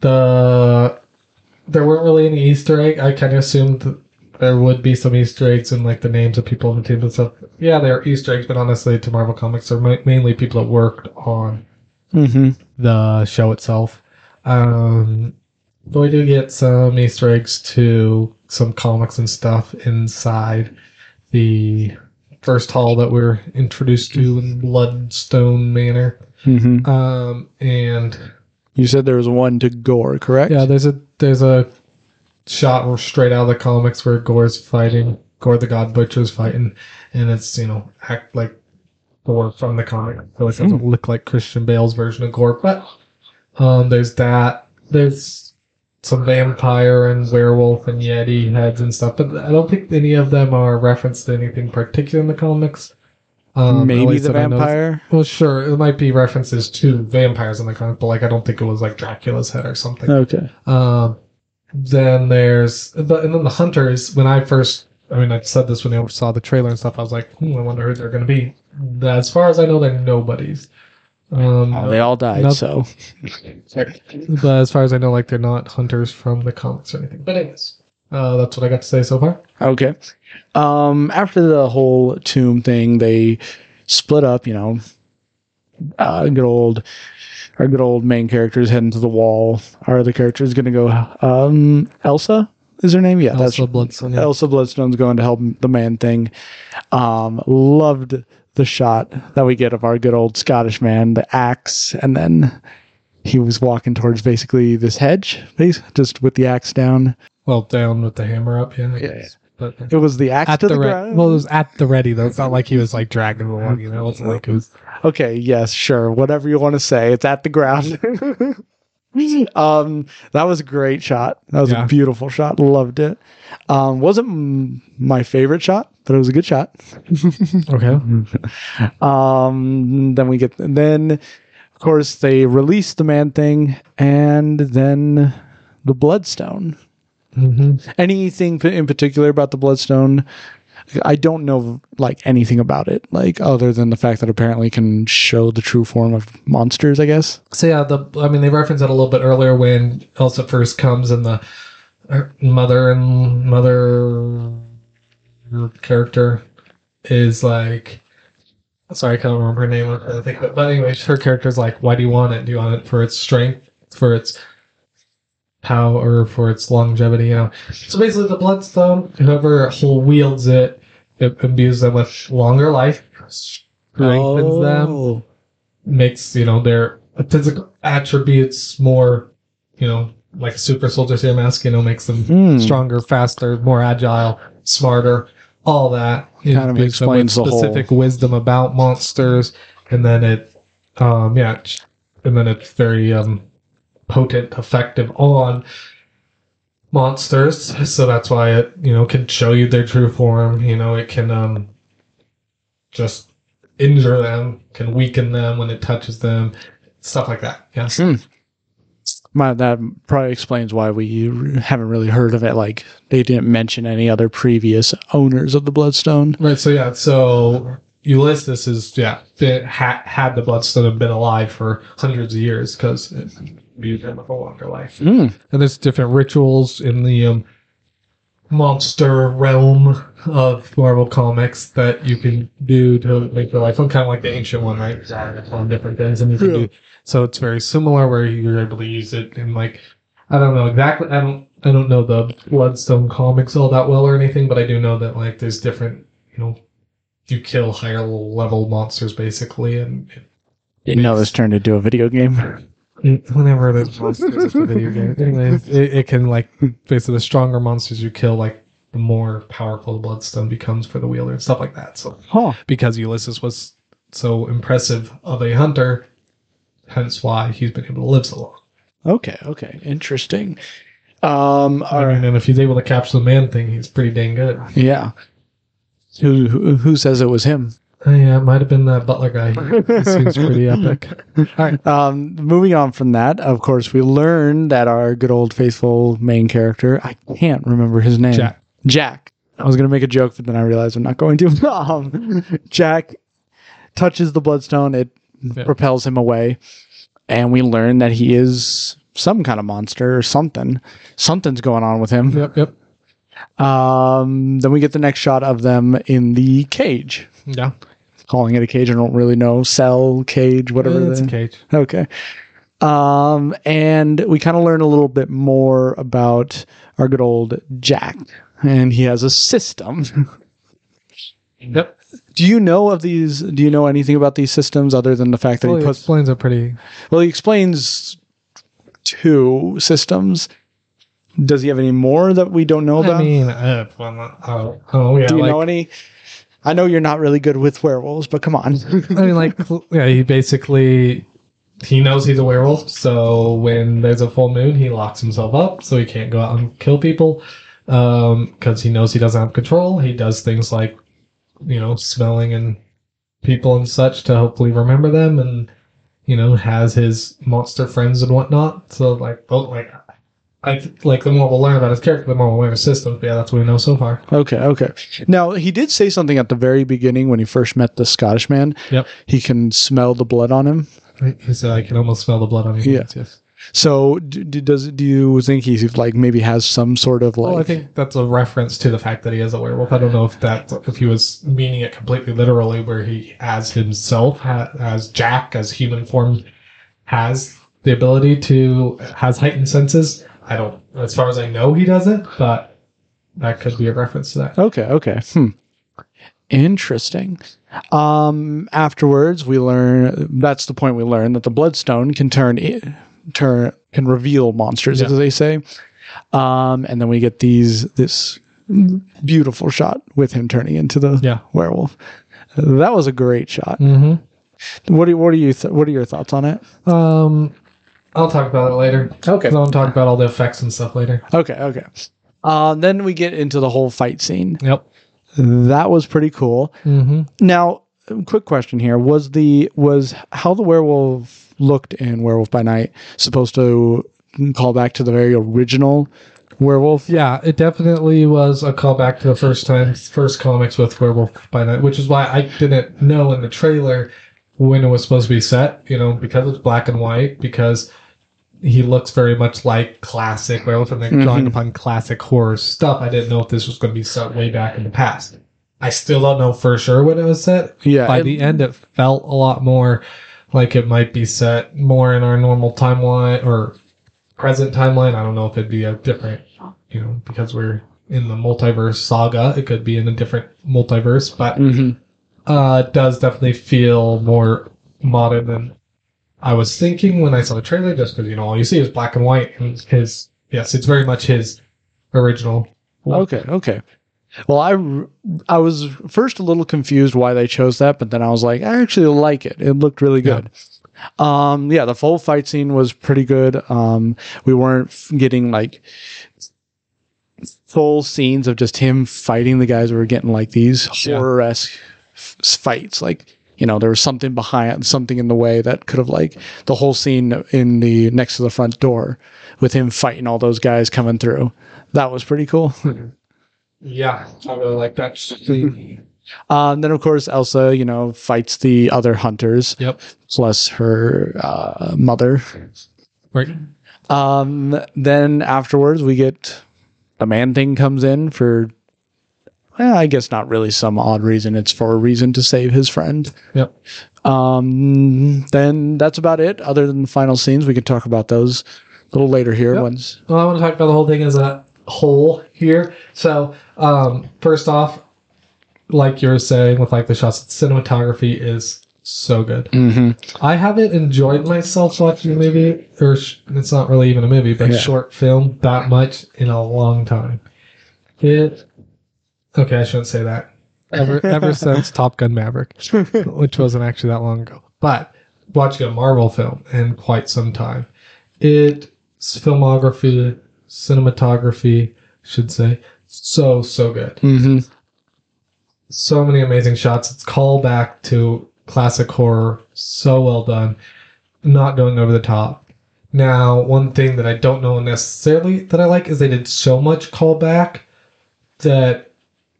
S2: The there weren't really any Easter egg. I kind of assumed that there would be some Easter eggs in like the names of people on the team and stuff. Yeah, there are Easter eggs, but honestly, to Marvel Comics, they're ma- mainly people that worked on
S1: Mm-hmm.
S2: the show itself. Um, but we do get some Easter eggs to some comics and stuff inside the first hall that we're introduced to in Bloodstone Manor.
S1: Mm-hmm.
S2: Um, and
S1: You said there was one to Gore, correct?
S2: yeah, there's a there's a shot straight out of the comics where Gore's fighting Gore the God Butcher's fighting, and it's you know act like Gore from the comic. So it
S1: Hmm.
S2: doesn't look like Christian Bale's version of Gore, but um, there's that. There's some vampire and werewolf and yeti heads and stuff, but I don't think any of them are referenced to anything particular in the comics. Um, at
S1: Maybe
S2: least
S1: the
S2: that I noticed.
S1: vampire.
S2: Well, sure, it might be references to vampires in the comic, but like I don't think it was like Dracula's head or something.
S1: Okay.
S2: Um, then there's, but and then the hunters. When I first, I mean, I said this when I saw the trailer and stuff. I was like, hmm, I wonder who they're gonna be. As far as I know, they're nobodies. Um,
S1: they all died,
S2: Nope.
S1: so.
S2: but as far as I know, like they're not hunters from the comics or anything. But anyways, uh, that's what I got to say so far.
S1: Okay. Um, after the whole tomb thing, they split up, you know. Uh, good old, our good old main character is heading to the wall. Our other character is going to go, um, Elsa is her name? Yeah, that's
S2: Elsa Bloodstone. yeah.
S1: Elsa Bloodstone's going to help the man thing. Um, loved the shot that we get of our good old Scottish man, the axe, and then he was walking towards basically this hedge, bas- just with the axe down.
S2: Well, down with the hammer up. Yeah. I
S1: Yeah,
S2: guess. But, uh,
S1: It was the axe
S2: at
S1: to
S2: the,
S1: the,
S2: re-
S1: ground.
S2: well, it was at the ready though. It's not like he was like dragging along. You know, it wasn't like it was
S1: okay, yes, sure, whatever you want to say, it's at the ground. (laughs) um, that was a great shot. That was
S2: Yeah.
S1: a beautiful shot. Loved it. Um, wasn't mm, my favorite shot, but it was a good shot.
S2: okay.
S1: Um, then we get, and then of course they release the man thing, and then the bloodstone.
S2: hmm
S1: Anything p- in particular about the bloodstone? I don't know like anything about it, like other than the fact that apparently it can show the true form of monsters. I guess.
S2: So yeah, the I mean they referenced that a little bit earlier when Elsa first comes and the her mother and mother character is like sorry I can't remember her name I think but, but anyways her character's like why do you want it do you want it for its strength for its power for its longevity you know so basically the bloodstone whoever wields it it imbues them with longer life strengthens them
S1: Oh.
S2: makes you know their physical attributes more you know like super soldier serum mask you know makes them
S1: Hmm.
S2: stronger faster more agile smarter all that It
S1: Kind of
S2: gives them with
S1: explains the whole-
S2: specific wisdom about monsters and then it um yeah it's- and then it's very um potent effective on monsters so that's why it you know can show you their true form you know it can um just injure them can weaken them when it touches them stuff like that yes
S1: My, that probably explains why we r- haven't really heard of it. Like they didn't mention any other previous owners of the Bloodstone.
S2: right so yeah so ulysses is yeah been, ha- had the bloodstone and been alive for hundreds of years because it viewed him with a longer life
S1: Mm.
S2: and there's different rituals in the um, monster realm of Marvel comics that you can do to make your life look kind of like the ancient one, right? There's a lot of different things, and you can
S1: Yeah.
S2: do. So it's very similar where you're able to use it in like I don't know exactly. I don't I don't know the Bloodstone comics all that well or anything, but I do know that like there's different you know you kill higher level monsters basically, and
S1: Didn't know this turned into a video game.
S2: whenever there's monsters it's a video game anyway it, it can like basically the stronger monsters you kill like the more powerful the bloodstone becomes for the wielder and stuff like that so
S1: (laughs) Huh.
S2: because ulysses was so impressive of a hunter hence why he's been able to live so long
S1: Okay. Okay. Interesting. Um. All
S2: I mean,
S1: right.
S2: and if he's able to capture the man thing he's pretty dang good
S1: Yeah. Who, who who says it was him?
S2: Oh, yeah it might have been that butler guy he
S1: (laughs)
S2: seems pretty epic
S1: Um, moving on from that, of course, we learn that our good old faithful main character, I can't remember his name.
S2: Jack.
S1: Jack. I was going to make a joke, but then I realized I'm not going to. (laughs) Um, Jack touches the bloodstone, it
S2: Yeah.
S1: propels him away, and we learn that he is some kind of monster or something. Something's going on with him.
S2: yep yep
S1: Um, then we get the next shot of them in the cage.
S2: yeah
S1: Calling it a cage, I don't really know. Cell, cage, whatever.
S2: it's
S1: the-
S2: a cage
S1: (laughs) Okay. Um, and we kind of learn a little bit more about our good old Jack, and he has a system. (laughs)
S2: yep
S1: do you know of these? Do you know anything about these systems other than the fact that
S2: well,
S1: he
S2: he
S1: puts?
S2: explains it pretty
S1: Well, he explains two systems. Does he have any more that we don't know about?
S2: I mean, uh, well, oh, oh, yeah,
S1: do you
S2: like,
S1: know any? I know you're not really good with werewolves, but come
S2: (laughs)
S1: on.
S2: I mean, like, yeah, he basically he knows he's a werewolf, so when there's a full moon, he locks himself up so he can't go out and kill people because he knows he doesn't have control. He does things like you know smelling and people and such to hopefully remember them, and you know has his monster friends and whatnot. So like, both like. I, like the more we'll learn about his character, the more we'll learn his system. Yeah, that's what we know so far.
S1: Okay, okay. Now he did say something at the very beginning when he first met the Scottish man.
S2: Yep.
S1: He can smell the blood on him.
S2: He said, "I can almost smell the blood on your
S1: Yeah.
S2: hands." Yes.
S1: So d d does do you think he's like maybe has some sort of like?
S2: Well, Oh, I think that's a reference to the fact that he is a werewolf. I don't know if that if he was meaning it completely literally, where he as himself, ha- as Jack, as human form, has the ability to has heightened senses. I don't, as far as I know, he doesn't, but that could be a reference to that.
S1: Okay, okay. Hmm. Interesting. Um, afterwards, we learn that's the point we learn that the bloodstone can turn i- turn can reveal monsters,
S2: Yeah.
S1: as they say. Um, and then we get these this beautiful shot with him turning into the
S2: Yeah.
S1: werewolf. That was a great shot.
S2: Mm-hmm.
S1: What do you, what do you th- what are your thoughts on it?
S2: Um, I'll talk about it later.
S1: Okay.
S2: 'Cause I want to talk about all the effects and stuff later.
S1: Okay, okay. Uh, then we get into the whole fight scene.
S2: Yep.
S1: That was pretty cool.
S2: Mm-hmm.
S1: Now, um, quick question here: Was the was how the werewolf looked in Werewolf by Night supposed to call back to the very original werewolf?
S2: Yeah, it definitely was a callback to the first time, first comics with Werewolf by Night, which is why I didn't know in the trailer when it was supposed to be set. You know, because it's black and white, because he looks very much like classic werewolf, and they're drawing
S1: Mhm.
S2: upon classic horror stuff. I didn't know if this was going to be set way back in the past. I still don't know for sure when it was set
S1: Yeah,
S2: by
S1: it-
S2: the end it felt a lot more like it might be set more in our normal timeline or present timeline i don't know if it'd be a different you know because we're in the multiverse saga it could be in a different multiverse but
S1: Mhm.
S2: uh it does definitely feel more modern than i was thinking when i saw the trailer just because you know all you see is black and white and his yes it's very much his original
S1: Okay, okay. Well, I r- I was first a little confused why they chose that, but then I was like, I actually like it. It looked really
S2: Yeah.
S1: good. Um, yeah, the full fight scene was pretty good. Um, we weren't f- getting like full scenes of just him fighting the guys. We were getting like these
S2: Yeah.
S1: horror esque fights, like. You know, there was something behind, something in the way that could have like the whole scene in the next to the front door with him fighting all those guys coming through. That was pretty cool.
S2: yeah i really like that
S1: Um, then, of course, Elsa, you know, fights the other hunters,
S2: yep
S1: plus her uh, mother.
S2: right
S1: Um, then afterwards, we get the man thing comes in for well, I guess not really some odd reason. It's for a reason to save his friend.
S2: Yep.
S1: Um, then that's about it. Other than the final scenes, we could talk about those a little later here.
S2: Yep.
S1: Once
S2: Well, I want to talk about the whole thing as a whole here. So, um, first off, like you were saying with like the shots, cinematography is so good.
S1: (laughs)
S2: I haven't enjoyed myself watching a movie, or sh- it's not really even a movie, but
S1: Yeah.
S2: short film that much in a long time. It. Okay, I shouldn't say that. Ever ever since Top Gun Maverick, which wasn't actually that long ago, but watching a Marvel film in quite some time. It filmography, cinematography, should say, so so good.
S1: hmm
S2: So many amazing shots. It's call back to classic horror. So well done. Not going over the top. Now, one thing that I don't know necessarily that I like is they did so much callback that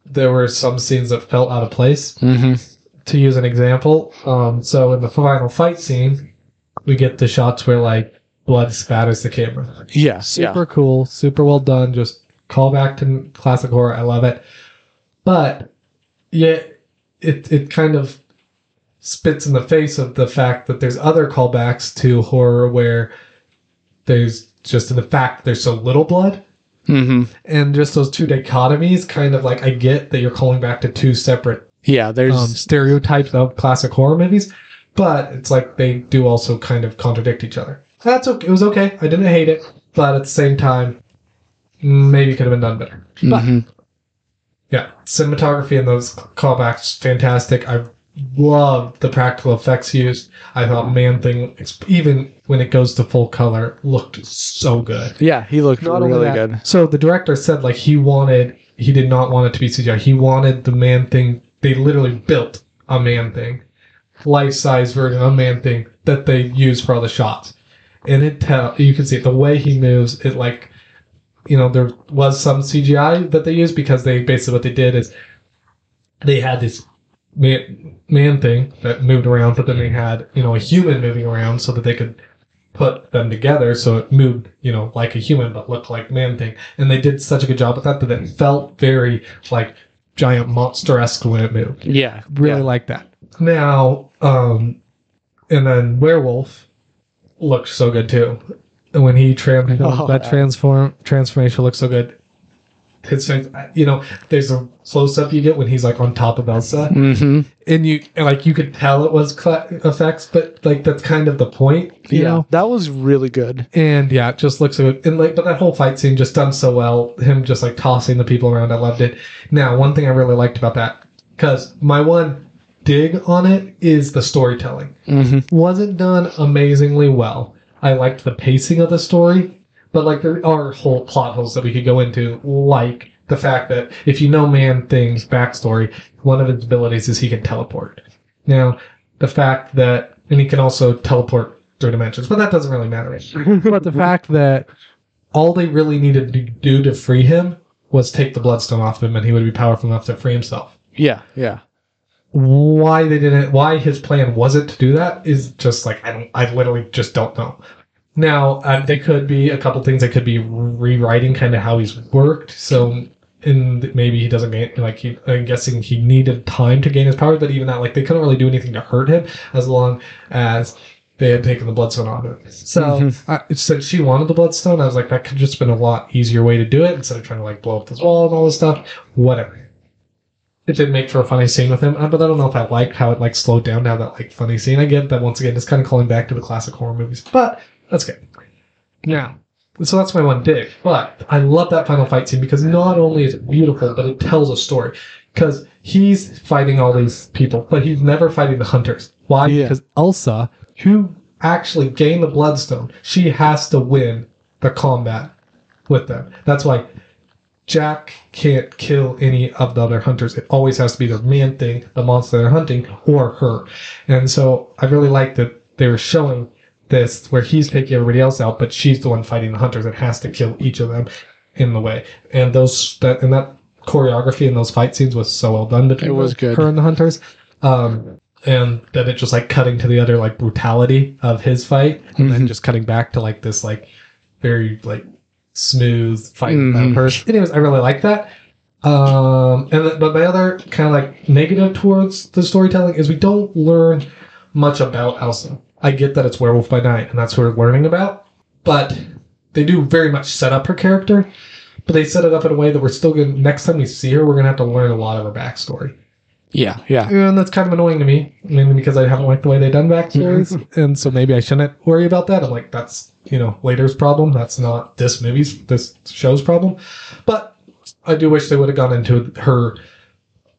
S2: there were some scenes that felt out of place
S1: hmm
S2: Mm-hmm. to use an example, um, so in the final fight scene, we get the shots where like blood spatters the camera.
S1: yeah,
S2: Super cool, super well done. Just call back to classic horror. I love it. But yeah, it it kind of spits in the face of the fact that there's other callbacks to horror where there's just the fact that there's so little blood
S1: yeah, hmm
S2: and just those two dichotomies. Kind of like I get that you're calling back to two separate
S1: yeah. There's
S2: um, stereotypes of classic horror movies, but it's like they do also kind of contradict each other. That's okay. It was okay. I didn't hate it, but at the same time, maybe could have been done better. But
S1: mhm.
S2: yeah, cinematography and those callbacks fantastic. I loved the practical effects used. I thought Man Thing, ex- even when it goes to full color, looked so good.
S1: yeah. He looked
S2: Not
S1: really
S2: only that,
S1: good.
S2: So the director said like he wanted he did not want it to be CGI. He wanted the man thing. They literally built a man thing, life size version of a man thing that they use for all the shots. And it tell you can see it, the way he moves. It like you know there was some CGI that they used because they basically what they did is they had this man, man thing that moved around, but then they had you know a human moving around so that they could put them together so it moved you know like a human but looked like man thing. And they did such a good job with that that
S1: Mm-hmm.
S2: it felt very like giant monster esque when it moved
S1: Yeah,
S2: really like that. Now, um, and then werewolf looked so good too. And when he trans
S1: Oh,
S2: that
S1: yeah.
S2: transform transformation looks so good. His face, you know, there's a close up you get when he's like on top of Elsa,
S1: hmm
S2: and you and like you could tell it was cla effects, but like that's kind of the point, you
S1: Yeah,
S2: know.
S1: that was really good.
S2: And yeah, it just looks so good. And like, but that whole fight scene just done so well. Him just like tossing the people around. I loved it. Now, one thing I really liked about that, because my one dig on it is the storytelling.
S1: hmm
S2: Wasn't done amazingly well. I liked the pacing of the story, but like there are whole plot holes that we could go into, like the fact that if you know Man Thing's backstory, one of his abilities is he can teleport. Now, the fact that, and he can also teleport through dimensions, but that doesn't really matter but
S1: Mm-hmm.
S2: the fact that all they really needed to do to free him was take the bloodstone off him and he would be powerful enough to free himself.
S1: yeah, yeah,
S2: Why they didn't why his plan wasn't to do that is just like I don't I literally just don't know. Now, uh, they could be a couple things that could be rewriting kind of how he's worked. So, and maybe he doesn't gain, like, he, I'm guessing he needed time to gain his powers, but even that, like, they couldn't really do anything to hurt him as long as they had taken the bloodstone off him. So, I, since she wanted the bloodstone, I was like, that could just been a lot easier way to do it instead of trying to, like, blow up this wall and all this stuff. Whatever. It did make for a funny scene with him, uh, but I don't know if I liked how it, like, slowed down to have that, like, funny scene. I get that, once again, it's kind of calling back to the classic horror movies, but that's good. Now, so that's my one dig. But I love that final fight scene because not only is it beautiful, but it tells a story. Because he's fighting all these people, but he's never fighting the hunters. Why?
S1: Yeah.
S2: Because Elsa, who actually gained the Bloodstone, she has to win the combat with them. That's why Jack can't kill any of the other hunters. It always has to be the man thing, the monster they're hunting, or her. And so I really like that they were showing this where he's taking everybody else out, but she's the one fighting the hunters and has to kill each of them in the way. And those that and that choreography in those fight scenes was so well done between
S1: It was
S2: her-
S1: good.
S2: her and the hunters. Um, and then it just like cutting to the other like brutality of his fight, and then
S1: Mhm.
S2: just cutting back to like this like very like smooth fight
S1: Mhm.
S2: about her. Anyways, I really like that. Um, and th- but my other kind of like negative towards the storytelling is we don't learn much about Elsa. I get that it's Werewolf by Night and that's what we're learning about, but they do very much set up her character, but they set it up in a way that we're still going. Next time we see her, we're gonna have to learn a lot of her backstory.
S1: Yeah, yeah.
S2: And that's kind of annoying to me, mainly because I haven't liked the way they've done backstories. (laughs) and so maybe I shouldn't worry about that. I'm like, that's, you know, later's problem. That's not this movie's, this show's problem. But I do wish they would have gone into her,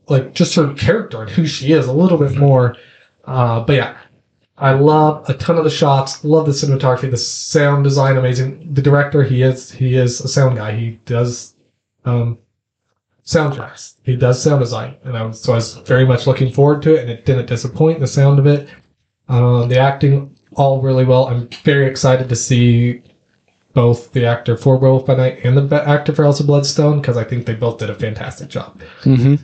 S2: like, just her character and who she is a little bit more. Uh, but yeah, I love a ton of the shots. Love the cinematography, the sound design, amazing. The director, he is, he is a sound guy. He does, um, soundtracks. He does sound design, and I was, so I was very much looking forward to it, and it didn't disappoint. The sound of it, uh, the acting, all really well. I'm very excited to see both the actor for Werewolf by Night and the ba- actor for Elsa Bloodstone because I think they both did a fantastic job.
S1: hmm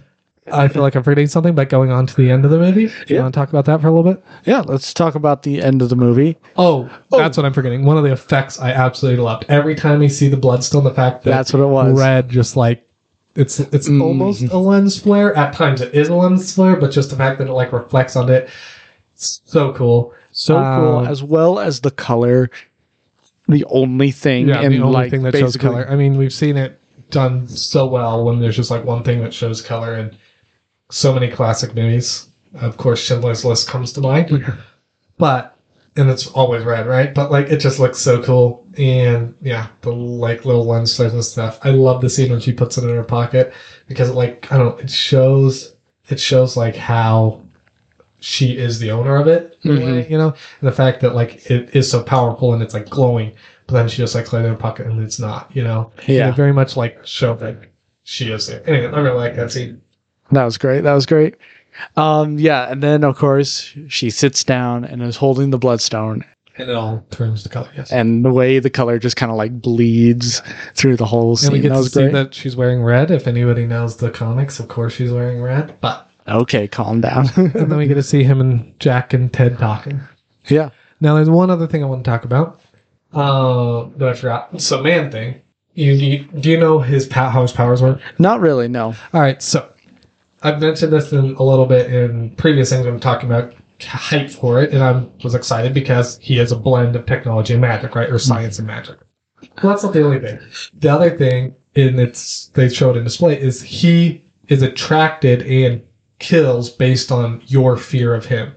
S2: I feel like I'm forgetting something, but going on to the end of the movie, do you
S1: Yeah.
S2: want to talk about that for a little bit?
S1: Yeah, let's talk about the end of the movie.
S2: Oh,
S1: Oh.
S2: that's what I'm forgetting. One of the effects I absolutely loved. Every time we see the Bloodstone, the fact that
S1: That's what it was.
S2: red just like it's it's
S1: Mhm.
S2: almost a lens flare at times it is a lens flare but just the fact that it like reflects on it so cool
S1: So
S2: Um,
S1: cool, as well as the color. The only thing,
S2: yeah
S1: in,
S2: the only
S1: like,
S2: thing that shows
S1: basically-
S2: color i mean we've seen it done so well when there's just like one thing that shows color in so many classic movies of course schindler's list comes to mind but and it's always red right but like it just looks so cool and yeah the like little lens flares and stuff i love the scene when she puts it in her pocket because it like i don't know it shows it shows like how she is the owner of it in a
S1: Mm-hmm.
S2: way, you know and the fact that like it is so powerful and it's like glowing but then she just like laid it in her pocket and it's not you know And
S1: Yeah,
S2: it very much like show that she is there anyway i really like that scene
S1: that was great. That was great. Um, yeah, and then of course she sits down and is holding the bloodstone,
S2: and it all turns to color yes
S1: and the way the color just kind of like bleeds through the whole
S2: And
S1: scene.
S2: we get
S1: that
S2: to
S1: was
S2: see
S1: great.
S2: that she's wearing red. If anybody knows the comics, of course she's wearing red. But
S1: Okay, calm
S2: (laughs)
S1: down.
S2: and then we get to see him and Jack and Ted talking.
S1: yeah.
S2: Now there's one other thing I want to talk about uh, that I forgot. So man thing. You, you do you know his pow- how his powers work?
S1: Not really, no.
S2: All right, so I've mentioned this in a little bit in previous things. I'm talking about hype for it, and I was excited because he has a blend of technology and magic, right, or science and magic. Well, that's not the only thing. The other thing, and it's they showed in display, is he is attracted and kills based on your fear of him.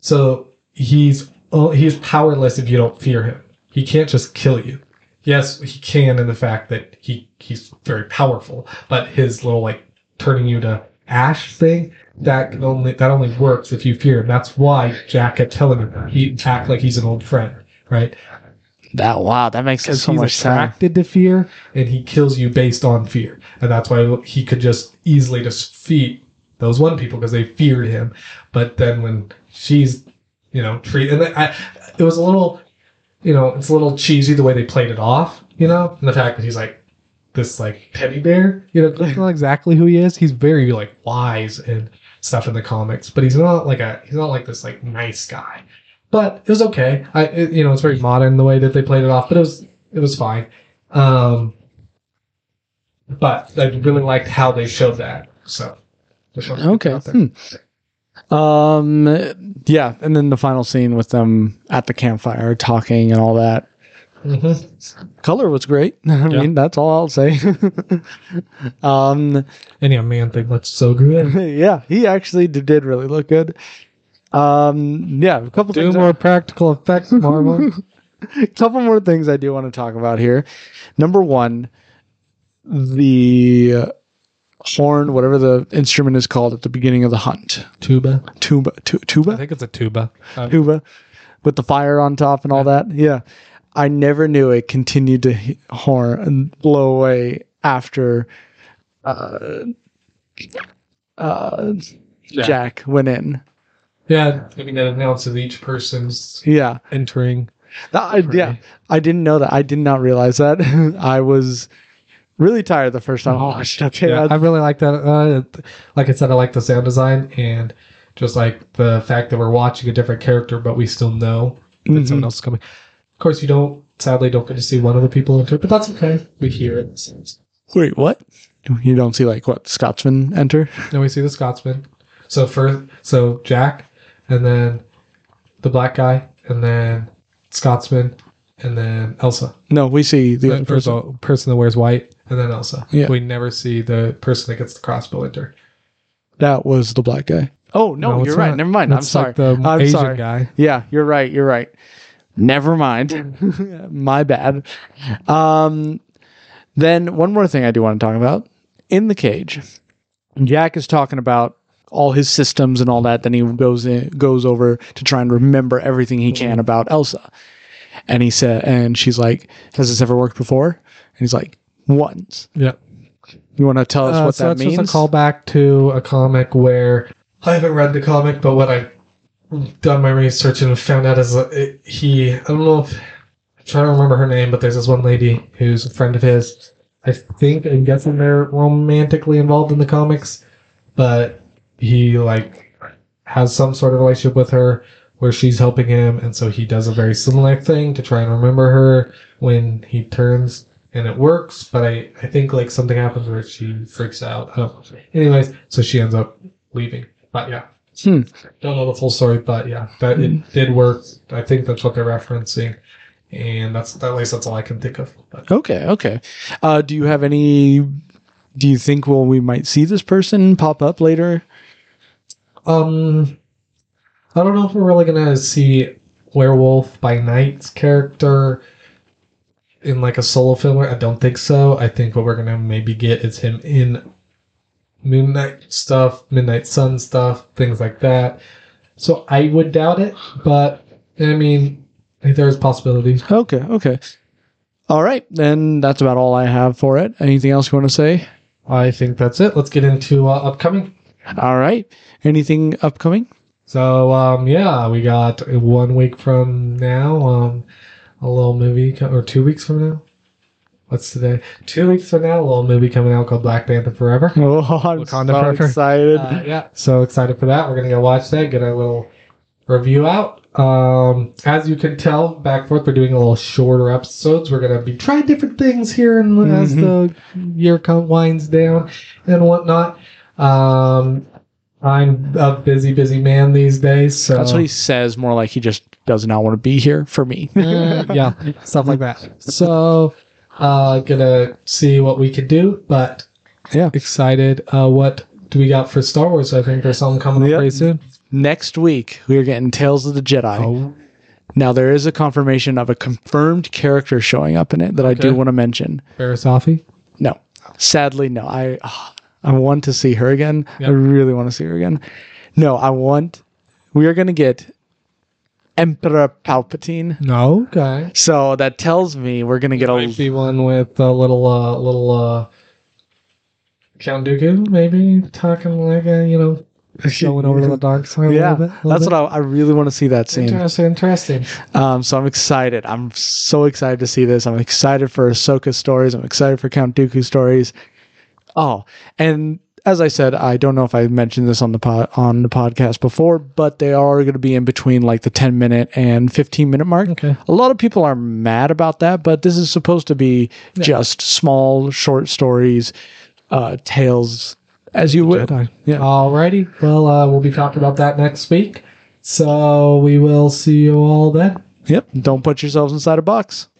S2: So he's oh, he's powerless if you don't fear him. He can't just kill you. Yes, he can in the fact that he he's very powerful, but his little like turning you to ash thing that can only that only works if you fear him. That's why Jack kept telling him he act like he's an old friend, right?
S1: That wow, that makes
S2: Because
S1: so
S2: he's
S1: much sense.
S2: attracted to fear, and he kills you based on fear, and that's why he could just easily defeat those one people because they feared him. But then when she's, you know, treated, and I, it was a little, you know, it's a little cheesy the way they played it off, you know, and the fact that he's like this like teddy bear, you know, that's (laughs) not exactly who he is. He's very like wise and stuff in the comics, but he's not like a he's not like this like nice guy. But it was okay. I it, you know it's very modern the way that they played it off, but it was it was fine. Um, but I really liked how they showed that. So just wanted to get
S1: Okay.
S2: that out there.
S1: hmm. Um yeah, and then the final scene with them at the campfire talking and all that.
S2: Mhm.
S1: Color was great. (laughs) I
S2: Yeah.
S1: mean, that's all I'll say. (laughs) um (laughs)
S2: And yeah, man thing looks so good.
S1: yeah, he actually d- did really look good. Um yeah, a couple
S2: (laughs) Do
S1: things I-
S2: more practical (laughs) effects, Marvel.
S1: (laughs) couple more things I do want to talk about here. Number one, the uh, horn, whatever the instrument is called at the beginning of the hunt,
S2: tuba.
S1: tuba, tu-
S2: I
S1: tuba,
S2: think it's a tuba. Um,
S1: tuba, with the fire on top and all that. Yeah, I never knew it continued to h- horn and blow away after uh, uh,
S2: Yeah.
S1: Jack went in.
S2: Yeah, I mean that announces each person's
S1: Yeah,
S2: entering.
S1: I, yeah, I didn't know that. I did not realize that. (laughs) I was really tired the first time I (laughs) watched. it. Okay,
S2: Yeah,
S1: that's-
S2: I really like that. Uh, like I said, I like the sound design and just like the fact that we're watching a different character, but we still know that
S1: Mhm.
S2: someone else is coming. Of course, you don't. Sadly, don't get to see one of the people enter, but that's okay. We hear it.
S1: Wait, what? You don't see like what Scotsman enter?
S2: Then we see the Scotsman. So first, so Jack, and then the black guy, and then Scotsman, and then Elsa.
S1: No, we see the other
S2: The
S1: person.
S2: person. person that wears white, and then Elsa.
S1: Yeah.
S2: We never see the person that gets the crossbow enter.
S1: That was the black guy. Oh no,
S2: it's
S1: you're right.
S2: not.
S1: Never mind. I'm
S2: That's
S1: sorry.
S2: Like the
S1: I'm
S2: Asian
S1: sorry.
S2: guy.
S1: Yeah, you're right. You're right. Never mind. (laughs) My bad. Um, then one more thing I do want to talk about in the cage. Jack is talking about all his systems and all that. Then he goes in, goes over to try and remember everything he can about Elsa. And he said, and she's like, "Has this ever worked before?" And he's like, "Once."
S2: Yeah.
S1: You want to tell us
S2: Uh,
S1: what
S2: so
S1: that
S2: that's
S1: means?
S2: just a callback to a comic where I haven't read the comic, but what I done my research and found out is that it, he. I don't know if I'm trying to remember her name, but there's this one lady who's a friend of his. I think I'm guessing they're romantically involved in the comics, but he like has some sort of relationship with her where she's helping him, and so he does a very similar thing to try and remember her when he turns and it works, but I, I think like something happens where she freaks out. I don't know. Anyways, so she ends up leaving. But yeah.
S1: Hmm.
S2: Don't know the full story, but yeah, that it did work. I think that's what they're referencing. And that's at least that's all I can think of. But
S1: Okay, okay. Uh, do you have any? Do you think well we might see this person pop up later?
S2: um I don't know if we're really gonna see Werewolf by Night's character in like a solo film. I don't think so. I think what we're gonna maybe get is him in Moon Knight stuff, Midnight Sun stuff, things like that. So I would doubt it, but I mean, there's possibilities.
S1: Okay, okay. All right, then that's about all I have for it. Anything else you want to say?
S2: I think that's it. Let's get into uh, upcoming.
S1: All right. Anything
S2: (laughs)
S1: upcoming?
S2: So um, yeah, we got one week from now, um, a little movie, co- or two weeks from now. What's today? Two weeks from now, a little movie coming out called Black Panther Forever.
S1: Oh, I'm
S2: Wakanda
S1: so
S2: forever.
S1: excited.
S2: Uh, yeah, so excited for that. We're gonna go watch that, get a little review out. Um, as you can tell, back forth, we're doing a little shorter episodes. We're gonna be trying different things here and as the
S1: Mm-hmm.
S2: year come, winds down and whatnot. Um, I'm a busy, busy man these days. Uh, So
S1: that's what he says. More like he just does not want to be here for me.
S2: (laughs) yeah, stuff like that. So, uh, gonna see what we can do, but
S1: Yeah.
S2: excited. Uh, what do we got for Star Wars? I think there's something coming
S1: Yep.
S2: up pretty soon.
S1: Next week we are getting Tales of the Jedi.
S2: Oh,
S1: Now there is a confirmation of a confirmed character showing up in it that I
S2: Okay.
S1: do want to mention.
S2: Barasafi.
S1: No, sadly, no. I ah, I want to see her again.
S2: Yeah.
S1: I really want to see her again. No, I want. We are going to get Emperor Palpatine.
S2: No, okay.
S1: So that tells me we're going to get
S2: Might
S1: a.
S2: be one with a little, uh, little uh, Count Dooku, maybe talking like a, you know, going over to the dark side.
S1: Yeah,
S2: a little bit, a little
S1: that's
S2: bit.
S1: what I, I really want to see that scene.
S2: Interesting, interesting.
S1: Um, so I'm excited. I'm so excited to see this. I'm excited for Ahsoka stories. I'm excited for Count Dooku stories. Oh, and as I said, I don't know if I mentioned this on the pod, on the podcast before, but they are going to be in between like the 10 minute and 15 minute mark.
S2: Okay.
S1: A lot of people are mad about that, but this is supposed to be just small, short stories, uh, tales, as you would.
S2: Jedi.
S1: Yeah.
S2: Alrighty. Well, uh, we'll be talking about that next week. So we will see you all then.
S1: Yep. Don't put yourselves inside a box.